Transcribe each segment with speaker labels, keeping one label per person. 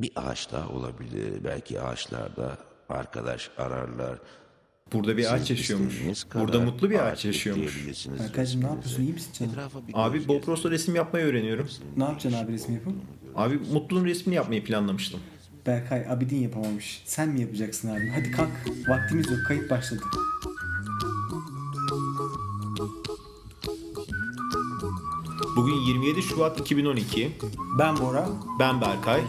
Speaker 1: Bir ağaç daha olabilir. Belki ağaçlarda arkadaş ararlar.
Speaker 2: Burada bir ağaç
Speaker 1: Siz
Speaker 2: yaşıyormuş.
Speaker 1: istediğiniz kadar
Speaker 2: Burada mutlu bir ağaç
Speaker 1: ağaç
Speaker 2: yaşıyormuş.
Speaker 1: ekleyebilirsiniz
Speaker 3: Berkaycığım ne
Speaker 1: resminize.
Speaker 3: yapıyorsun? İyi misin canım?
Speaker 1: Etrafa bir
Speaker 2: Abi
Speaker 1: göz
Speaker 2: Bopros'ta resim yapmayı öğreniyorum.
Speaker 3: Ne yapacaksın abi resmi yapıp?
Speaker 2: Abi mutluluğun resmini yapmayı planlamıştım.
Speaker 3: Berkay Abidin yapamamış. Sen mi yapacaksın abi? Hadi kalk. Vaktimiz yok. Kayıp başladı.
Speaker 2: Bugün 27 Şubat 2012.
Speaker 3: Ben Bora.
Speaker 2: Ben Berkay.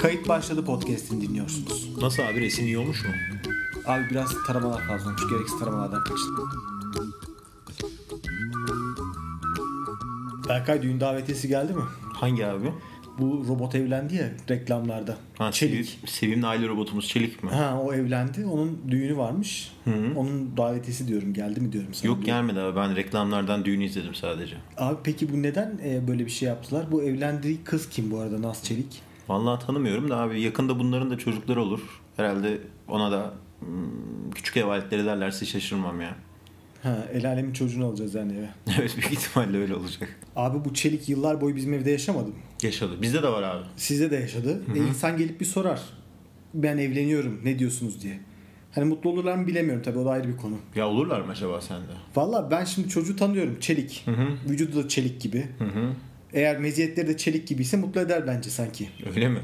Speaker 3: Kayıt başladı podcast'ini dinliyorsunuz.
Speaker 2: Nasıl abi resim iyi olmuş mu?
Speaker 3: Abi biraz taramalar fazla olmuş. Gereksiz taramalardan kaçın. Berkay düğün davetiyesi geldi mi?
Speaker 2: Hangi abi?
Speaker 3: Bu robot evlendi ya reklamlarda.
Speaker 2: Ha, Çelik. Sevimli aile robotumuz Çelik mi?
Speaker 3: Ha o evlendi. Onun düğünü varmış. Onun davetiyesi diyorum. Geldi mi diyorum sana.
Speaker 2: Yok gelmedi abi ben reklamlardan düğünü izledim sadece.
Speaker 3: Abi peki bu neden e, böyle bir şey yaptılar? Bu evlendiği kız kim bu arada? Naz Çelik.
Speaker 2: Vallahi tanımıyorum da abi yakında bunların da çocukları olur. Herhalde ona da hmm, küçük ev aletleri derlerse şaşırmam ya.
Speaker 3: Ha, el alemin çocuğunu alacağız yani eve.
Speaker 2: Evet büyük ihtimalle öyle olacak.
Speaker 3: Abi bu Çelik yıllar boyu bizim evde yaşamadı. mı?
Speaker 2: Yaşadı. Bizde de var abi.
Speaker 3: Sizde de yaşadı. E, insan gelip bir sorar. Ben evleniyorum ne diyorsunuz diye. Hani mutlu olurlar mı bilemiyorum tabii o da ayrı bir konu.
Speaker 2: Ya olurlar mı acaba sende?
Speaker 3: Valla ben şimdi çocuğu tanıyorum Çelik. Vücudu da Çelik gibi. Eğer meziyetleri de Çelik gibiyse mutlu eder bence sanki.
Speaker 2: Öyle mi?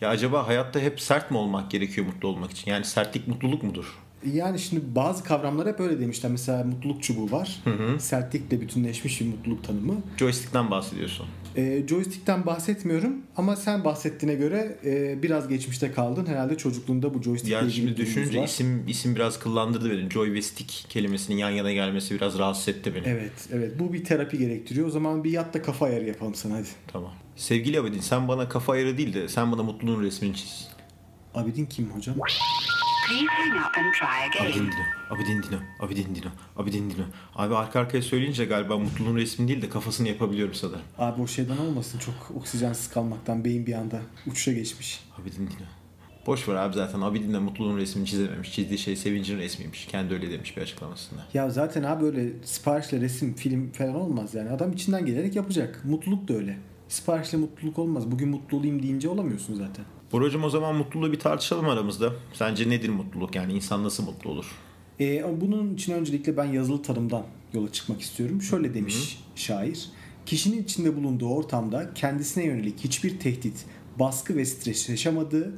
Speaker 2: Ya acaba hayatta hep sert mi olmak gerekiyor mutlu olmak için? Yani sertlik mutluluk mudur?
Speaker 3: E, Yani şimdi bazı kavramlar hep öyle demişler. Mesela mutluluk çubuğu var. Sertlikle bütünleşmiş bir mutluluk tanımı.
Speaker 2: Joystick'ten bahsediyorsun.
Speaker 3: E, joystick'ten bahsetmiyorum ama sen bahsettiğine göre e, biraz geçmişte kaldın. Herhalde çocukluğunda bu joystick'le
Speaker 2: Yani
Speaker 3: ilgili
Speaker 2: şimdi
Speaker 3: bir durumunuz
Speaker 2: düşününce
Speaker 3: var.
Speaker 2: isim isim biraz kıllandırdı beni. Joy ve stick kelimesinin yan yana gelmesi biraz rahatsız etti beni.
Speaker 3: Evet, evet. Bu bir terapi gerektiriyor. O zaman bir yat da kafa ayarı yapalım sana hadi.
Speaker 2: Tamam. Sevgili Abidin sen bana kafa ayarı değil de sen bana mutluluğun resmini çiz.
Speaker 3: Abidin kim hocam?
Speaker 4: Please hang up and try
Speaker 2: Abidin
Speaker 4: again.
Speaker 2: Dino, Abidin Dino, Abidin Dino, Abidin Dino. Abi arka arkaya söyleyince galiba mutluluğun resmini değil de kafasını yapabiliyorum sanırım.
Speaker 3: Abi o şeyden olmasın. Çok oksijensiz kalmaktan beyin bir anda uçuşa geçmiş.
Speaker 2: Abidin Dino. Boş ver abi zaten Abidin de mutluluğun resmini çizememiş. Çizdiği şey sevincin resmiymiş. Kendi öyle demiş bir açıklamasında.
Speaker 3: Ya zaten abi öyle siparişle resim, film falan olmaz yani. Adam içinden gelerek yapacak. Mutluluk da öyle. Siparişle mutluluk olmaz. Bugün mutlu olayım deyince olamıyorsun zaten.
Speaker 2: Boracım o zaman mutluluğu bir tartışalım aramızda. Sence nedir mutluluk? Yani insan nasıl mutlu olur?
Speaker 3: Ee, ama bunun için öncelikle ben yazılı tarımdan yola çıkmak istiyorum. Şöyle demiş şair. Kişinin içinde bulunduğu ortamda kendisine yönelik hiçbir tehdit, baskı ve stres yaşamadığı,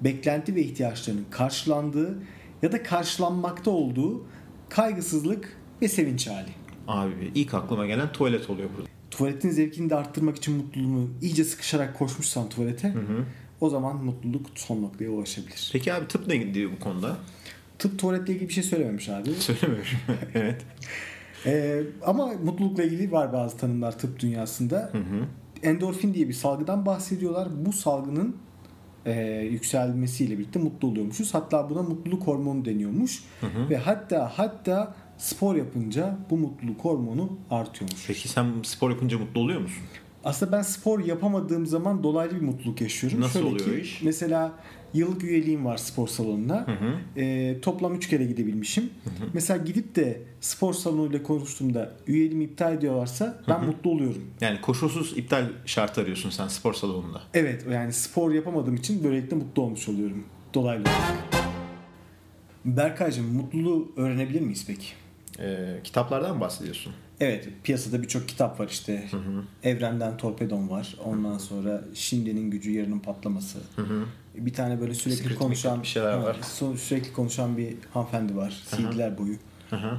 Speaker 3: beklenti ve ihtiyaçlarının karşılandığı ya da karşılanmakta olduğu kaygısızlık ve sevinç hali.
Speaker 2: Abi ilk aklıma gelen tuvalet oluyor burada.
Speaker 3: Tuvaletin zevkini de arttırmak için mutluluğunu iyice sıkışarak koşmuşsan tuvalete o zaman mutluluk son noktaya ulaşabilir.
Speaker 2: Peki abi tıp ne diyor bu konuda?
Speaker 3: Tıp tuvaletle ilgili bir şey söylememiş abi.
Speaker 2: Söylemiyorum. evet.
Speaker 3: Ee, ama mutlulukla ilgili var bazı tanımlar tıp dünyasında. Endorfin diye bir salgıdan bahsediyorlar. Bu salgının e, yükselmesiyle birlikte mutlu oluyormuşuz. Hatta buna mutluluk hormonu deniyormuş. Ve hatta hatta spor yapınca bu mutluluk hormonu artıyormuş.
Speaker 2: Peki sen spor yapınca mutlu oluyor musun?
Speaker 3: Aslında ben spor yapamadığım zaman dolaylı bir mutluluk yaşıyorum.
Speaker 2: Nasıl
Speaker 3: Şöyle
Speaker 2: oluyor
Speaker 3: ki,
Speaker 2: iş?
Speaker 3: Mesela yıllık üyeliğim var spor salonuna. Ee, toplam 3 kere gidebilmişim. Mesela gidip de spor salonuyla konuştuğumda üyeliğimi iptal ediyorlarsa ben mutlu oluyorum.
Speaker 2: Yani koşulsuz iptal şartı arıyorsun sen spor salonunda.
Speaker 3: Evet yani spor yapamadığım için böylelikle mutlu olmuş oluyorum dolaylı olarak. Berkaycığım mutluluğu öğrenebilir miyiz peki?
Speaker 2: Ee, kitaplardan mı bahsediyorsun?
Speaker 3: Evet piyasada birçok kitap var işte. Evrenden Torpedon var. Ondan sonra Şimdinin Gücü Yarının Patlaması. E, Bir tane böyle sürekli
Speaker 2: Secret
Speaker 3: konuşan
Speaker 2: Method bir şeyler var.
Speaker 3: son- Sürekli konuşan bir hanımefendi var. CD'ler boyu.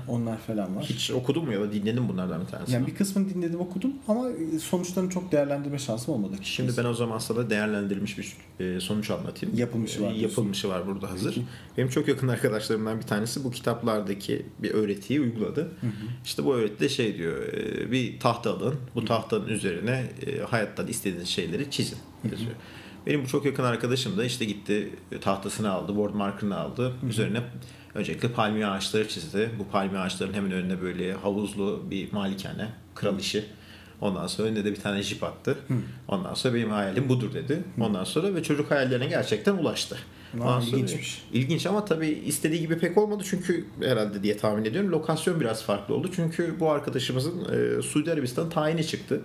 Speaker 3: Onlar falan var.
Speaker 2: Hiç okudun mu ya da dinledin mi bunlardan bir tanesini?
Speaker 3: Yani bir kısmını dinledim okudum ama e, sonuçlarını çok değerlendirme şansım olmadı.
Speaker 2: Şimdi ben o zaman sana değerlendirilmiş bir e, sonuç anlatayım.
Speaker 3: Yapılmışı var
Speaker 2: E,
Speaker 3: diyorsun.
Speaker 2: Yapılmışı var burada hazır. Benim çok yakın arkadaşlarımdan bir tanesi bu kitaplardaki bir öğretiyi uyguladı. İşte bu öğretide şey diyor. e, Bir tahta alın. Bu tahtanın üzerine e, hayattan istediğiniz şeyleri çizin. yazıyor. Benim bu çok yakın arkadaşım da işte gitti e, tahtasını aldı, board markerını aldı. Üzerine öncelikle palmiye ağaçları çizdi. Bu palmiye ağaçlarının hemen önüne böyle havuzlu bir malikane, kral işi. Ondan sonra önüne de bir tane jip attı. Ondan sonra benim hayalim budur dedi. Ondan sonra ve çocuk hayallerine gerçekten ulaştı.
Speaker 3: Vay,
Speaker 2: Ondan sonra-
Speaker 3: ilginçmiş.
Speaker 2: İlginç ama tabii istediği gibi pek olmadı çünkü herhalde diye tahmin ediyorum. Lokasyon biraz farklı oldu. Çünkü bu arkadaşımızın e, Suudi Arabistan tayini çıktı.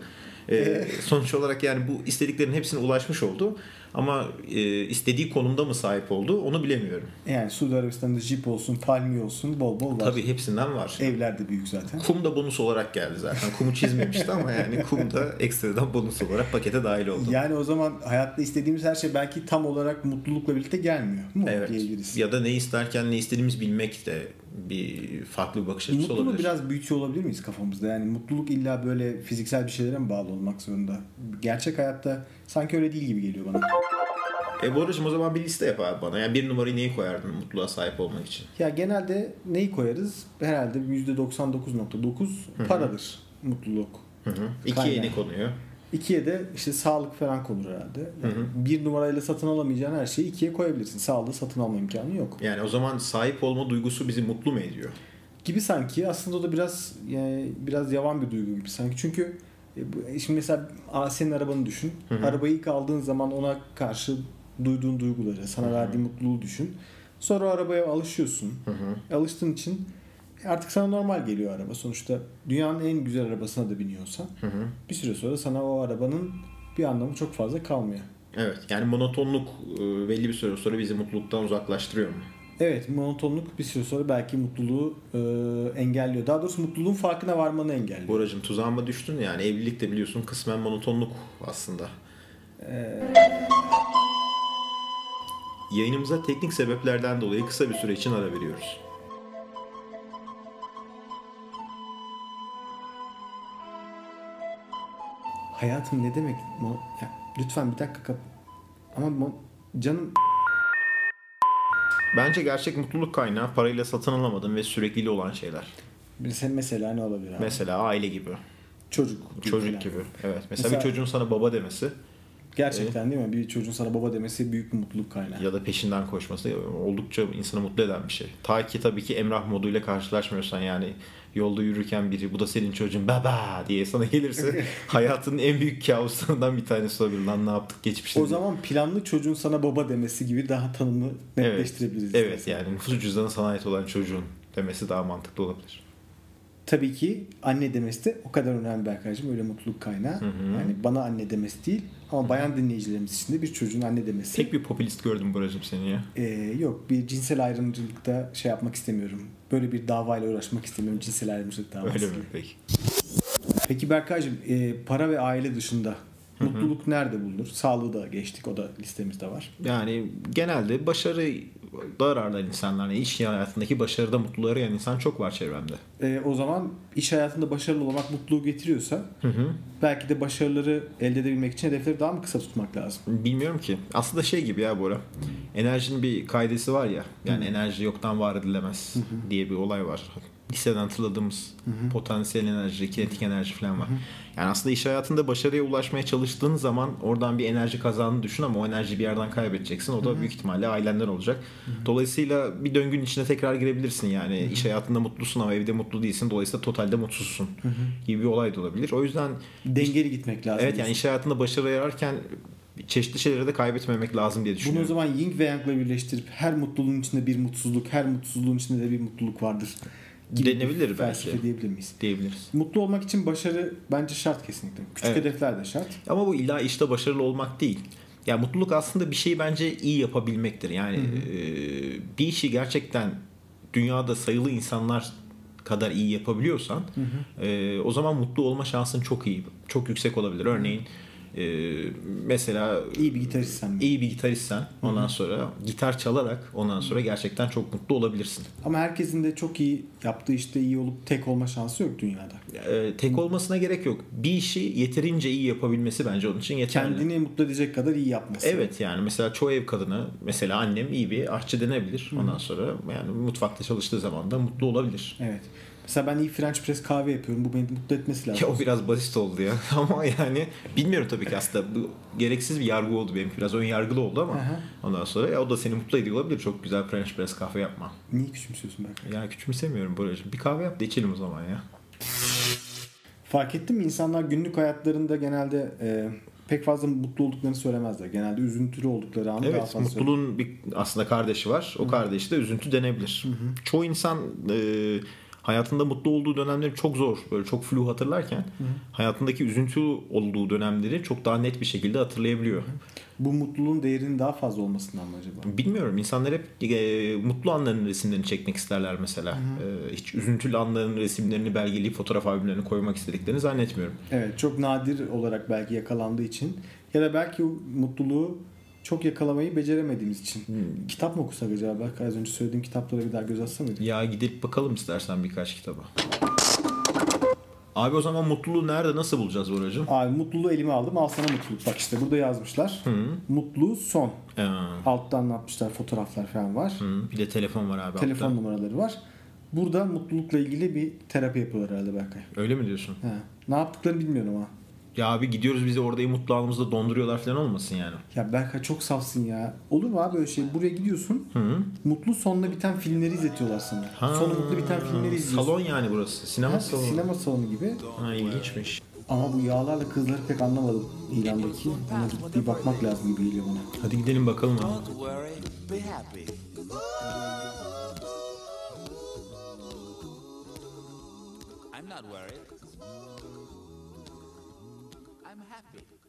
Speaker 2: E, sonuç olarak yani bu istediklerinin hepsine ulaşmış oldu. Ama e, istediği konumda mı sahip oldu onu bilemiyorum.
Speaker 3: Yani Suudi Arabistan'da jip olsun, palmiye olsun bol bol var.
Speaker 2: Tabii hepsinden var.
Speaker 3: Evler de büyük zaten.
Speaker 2: Kum da bonus olarak geldi zaten. Kumu çizmemişti ama yani kum da ekstradan bonus olarak pakete dahil oldu.
Speaker 3: Yani o zaman hayatta istediğimiz her şey belki tam olarak mutlulukla birlikte gelmiyor mu
Speaker 2: evet.
Speaker 3: diyebiliriz.
Speaker 2: Ya da ne isterken ne istediğimiz bilmek de bir farklı bir bakış açısı
Speaker 3: Mutluluğu
Speaker 2: olabilir.
Speaker 3: biraz büyütüyor olabilir miyiz kafamızda? Yani mutluluk illa böyle fiziksel bir şeylere mi bağlı olmak zorunda? Gerçek hayatta sanki öyle değil gibi geliyor bana.
Speaker 2: E Boracığım o zaman bir liste yap abi bana. Yani bir numarayı neyi koyardın mutluluğa sahip olmak için?
Speaker 3: Ya genelde neyi koyarız? Herhalde %99.9 paradır mutluluk.
Speaker 2: Hı. İkiye
Speaker 3: Kaynağı.
Speaker 2: ne konuyor?
Speaker 3: İkiye de işte sağlık falan konur herhalde. Yani Bir numarayla satın alamayacağın her şeyi ikiye koyabilirsin. Sağlığı satın alma imkanı yok.
Speaker 2: Yani o zaman sahip olma duygusu bizi mutlu mu ediyor?
Speaker 3: gibi sanki aslında o da biraz yani biraz yavan bir duygu gibi sanki çünkü e, bu- şimdi mesela a, senin arabanı düşün arabayı ilk aldığın zaman ona karşı duyduğun duyguları sana verdiği mutluluğu düşün sonra o arabaya alışıyorsun alıştığın için e, artık sana normal geliyor araba sonuçta dünyanın en güzel arabasına da biniyorsan bir süre sonra sana o arabanın bir anlamı çok fazla kalmıyor
Speaker 2: Evet. Yani monotonluk e, belli bir süre sonra bizi mutluluktan uzaklaştırıyor mu?
Speaker 3: Evet monotonluk bir süre sonra belki mutluluğu e, engelliyor. Daha doğrusu mutluluğun farkına varmanı engelliyor.
Speaker 2: Boracığım tuzağıma düştün yani evlilik de biliyorsun kısmen monotonluk aslında.
Speaker 3: Ee?
Speaker 2: Yayınımıza teknik sebeplerden dolayı kısa bir süre için ara veriyoruz.
Speaker 3: Hayatım ne demek? Mo- ya, lütfen bir dakika kap. Ama mo- canım
Speaker 2: Bence gerçek mutluluk kaynağı parayla satın alamadığın ve sürekli olan şeyler.
Speaker 3: mesela, mesela ne olabilir abi?
Speaker 2: Mesela aile gibi,
Speaker 3: Çocuk. gibi
Speaker 2: çocuk
Speaker 3: falan.
Speaker 2: gibi. Evet. Mesela,
Speaker 3: Mesela-
Speaker 2: bir çocuğun sana baba demesi
Speaker 3: Gerçekten değil mi? Bir çocuğun sana baba demesi büyük bir mutluluk kaynağı.
Speaker 2: E? ya da peşinden koşması oldukça insanı mutlu eden bir şey. Ta ki tabii ki emrah moduyla karşılaşmıyorsan yani yolda yürürken biri bu da senin çocuğun baba diye sana gelirse hayatının en büyük kabuslarından bir tanesi olabilir. Lan ne yaptık geçmişte.
Speaker 3: O
Speaker 2: diye.
Speaker 3: zaman planlı çocuğun sana baba demesi gibi daha tanımı netleştirebiliriz.
Speaker 2: Evet yani nüfus cüzdanı sana ait olan çocuğun demesi daha mantıklı olabilir.
Speaker 3: Tabii ki anne demesi de o kadar önemli arkadaşım. Öyle mutluluk kaynağı. Yani bana anne demesi değil ama bayan dinleyicilerimiz için de bir çocuğun anne demesi.
Speaker 2: Tek bir popülist gördüm Buracığım seni ya.
Speaker 3: Ee, yok bir cinsel ayrımcılıkta şey yapmak istemiyorum. Böyle bir davayla uğraşmak istemiyorum cinsel ayrımcılık davası.
Speaker 2: Öyle mi
Speaker 3: gibi.
Speaker 2: peki?
Speaker 3: Peki Berkay'cığım e, para ve aile dışında mutluluk nerede bulunur? Sağlığı da geçtik o da listemizde var.
Speaker 2: Yani genelde başarı da ararlar insanlar. Yani iş hayatındaki başarıda mutluluğu arayan insan çok var çevremde.
Speaker 3: E, o zaman iş hayatında başarılı olmak mutluluğu getiriyorsa belki de başarıları elde edebilmek için hedefleri daha mı kısa tutmak lazım?
Speaker 2: Bilmiyorum ki. Aslında şey gibi ya Bora. Enerjinin bir kaidesi var ya. Yani enerji yoktan var edilemez diye bir olay var. Liseden hatırladığımız potansiyel enerji, kinetik enerji falan var. Yani aslında iş hayatında başarıya ulaşmaya çalıştığın zaman oradan bir enerji kazandığını düşün ama o enerjiyi bir yerden kaybedeceksin. O da büyük ihtimalle ailenden olacak. Dolayısıyla bir döngünün içine tekrar girebilirsin yani. iş hayatında mutlusun ama evde mutlu değilsin. Dolayısıyla totalde mutsuzsun gibi bir olay da olabilir. O yüzden
Speaker 3: Dengeli gitmek lazım.
Speaker 2: Evet yani iş hayatında başarı ararken çeşitli şeyleri de kaybetmemek lazım diye
Speaker 3: Bunu o
Speaker 2: düşünüyorum.
Speaker 3: zaman Ying ve Yang'la birleştirip her mutluluğun içinde bir mutsuzluk, her mutsuzluğun içinde de bir mutluluk vardır. gibi bir
Speaker 2: Denebilir belki.
Speaker 3: felsefe diyebilir miyiz?
Speaker 2: diyebiliriz.
Speaker 3: Mutlu olmak için başarı bence şart kesinlikle. Küçük
Speaker 2: Evet.
Speaker 3: hedefler de şart.
Speaker 2: Ama bu illa işte başarılı olmak değil. Ya mutluluk aslında bir şeyi bence iyi yapabilmektir. Yani e, bir işi gerçekten dünyada sayılı insanlar kadar iyi yapabiliyorsan e, o zaman mutlu olma şansın çok iyi, çok yüksek olabilir. Örneğin e, mesela
Speaker 3: İyi bir gitarist sen.
Speaker 2: iyi bir gitaristsen ondan sonra gitar çalarak ondan sonra gerçekten çok mutlu olabilirsin.
Speaker 3: Ama herkesin de çok iyi yaptığı işte iyi olup tek olma şansı yok dünyada.
Speaker 2: Ee, tek olmasına gerek yok. Bir işi yeterince iyi yapabilmesi bence onun için yeterli.
Speaker 3: Kendini mutlu edecek kadar iyi yapması.
Speaker 2: Evet yani mesela çoğu ev kadını mesela annem iyi bir aşçı denebilir. Ondan sonra yani mutfakta çalıştığı zaman da mutlu olabilir.
Speaker 3: Evet. Mesela ben iyi French press kahve yapıyorum. Bu beni mutlu etmesi lazım.
Speaker 2: Ya o biraz basit oldu ya ama yani bilmiyorum tabii ki aslında bu gereksiz bir yargı oldu benim biraz ön yargılı oldu ama
Speaker 3: Aha.
Speaker 2: ondan sonra ya o da seni mutlu ediyor olabilir çok güzel French press kahve yapma.
Speaker 3: Niye küçümsüyorsun Berkay?
Speaker 2: Ya küçümsemiyorum Boracığım bir kahve yap da içelim o zaman ya.
Speaker 3: Fark ettin mi? İnsanlar günlük hayatlarında genelde e, pek fazla mutlu olduklarını söylemezler. Genelde üzüntülü oldukları anı daha
Speaker 2: Evet
Speaker 3: fazla söyler.
Speaker 2: mutluluğun bir aslında kardeşi var. O kardeşi de üzüntü denebilir. Çoğu insan e, hayatında mutlu olduğu dönemleri çok zor. Böyle çok flu hatırlarken hayatındaki üzüntü olduğu dönemleri çok daha net bir şekilde hatırlayabiliyor.
Speaker 3: Bu mutluluğun değerinin daha fazla olmasından mı acaba?
Speaker 2: Bilmiyorum insanlar hep e, mutlu anların resimlerini çekmek isterler mesela. E, hiç üzüntülü anların resimlerini belgeleyip fotoğraf albümlerine koymak istediklerini zannetmiyorum.
Speaker 3: Evet çok nadir olarak belki yakalandığı için ya da belki o mutluluğu çok yakalamayı beceremediğimiz için. Kitap mı okusak acaba? Belki az önce söylediğim kitaplara bir daha göz atsa mıydık?
Speaker 2: Ya gidip bakalım istersen birkaç kitaba. Abi o zaman mutluluğu nerede nasıl bulacağız Boracığım?
Speaker 3: Abi mutluluğu elime aldım al sana mutluluk. Bak işte burada yazmışlar. Mutlu son.
Speaker 2: Ee,
Speaker 3: Altta anlatmışlar fotoğraflar falan var.
Speaker 2: hı, bir de telefon var abi
Speaker 3: Telefon
Speaker 2: altta.
Speaker 3: numaraları var. Burada mutlulukla ilgili bir terapi yapıyorlar herhalde Berkay.
Speaker 2: Öyle mi diyorsun?
Speaker 3: He. Ne yaptıklarını bilmiyorum ama.
Speaker 2: Ya abi gidiyoruz bizi orada mutlu anımızda donduruyorlar falan olmasın yani.
Speaker 3: Ya Berkay çok safsın ya. Olur mu abi öyle şey? Buraya gidiyorsun. Mutlu sonla biten filmleri izletiyorlar sana. Sonu mutlu biten filmleri izliyorsun.
Speaker 2: Salon yani burası. Sinema
Speaker 3: Ha,
Speaker 2: salonu.
Speaker 3: Sinema salonu gibi.
Speaker 2: Ha, ilginçmiş.
Speaker 3: Ama bu yağlarla kızları pek anlamadım ilandaki. Ona gidip bir bakmak lazım gibi geliyor bana.
Speaker 2: Hadi gidelim bakalım abi.
Speaker 5: Don't worry, be happy. I'm not worried. I'm happy.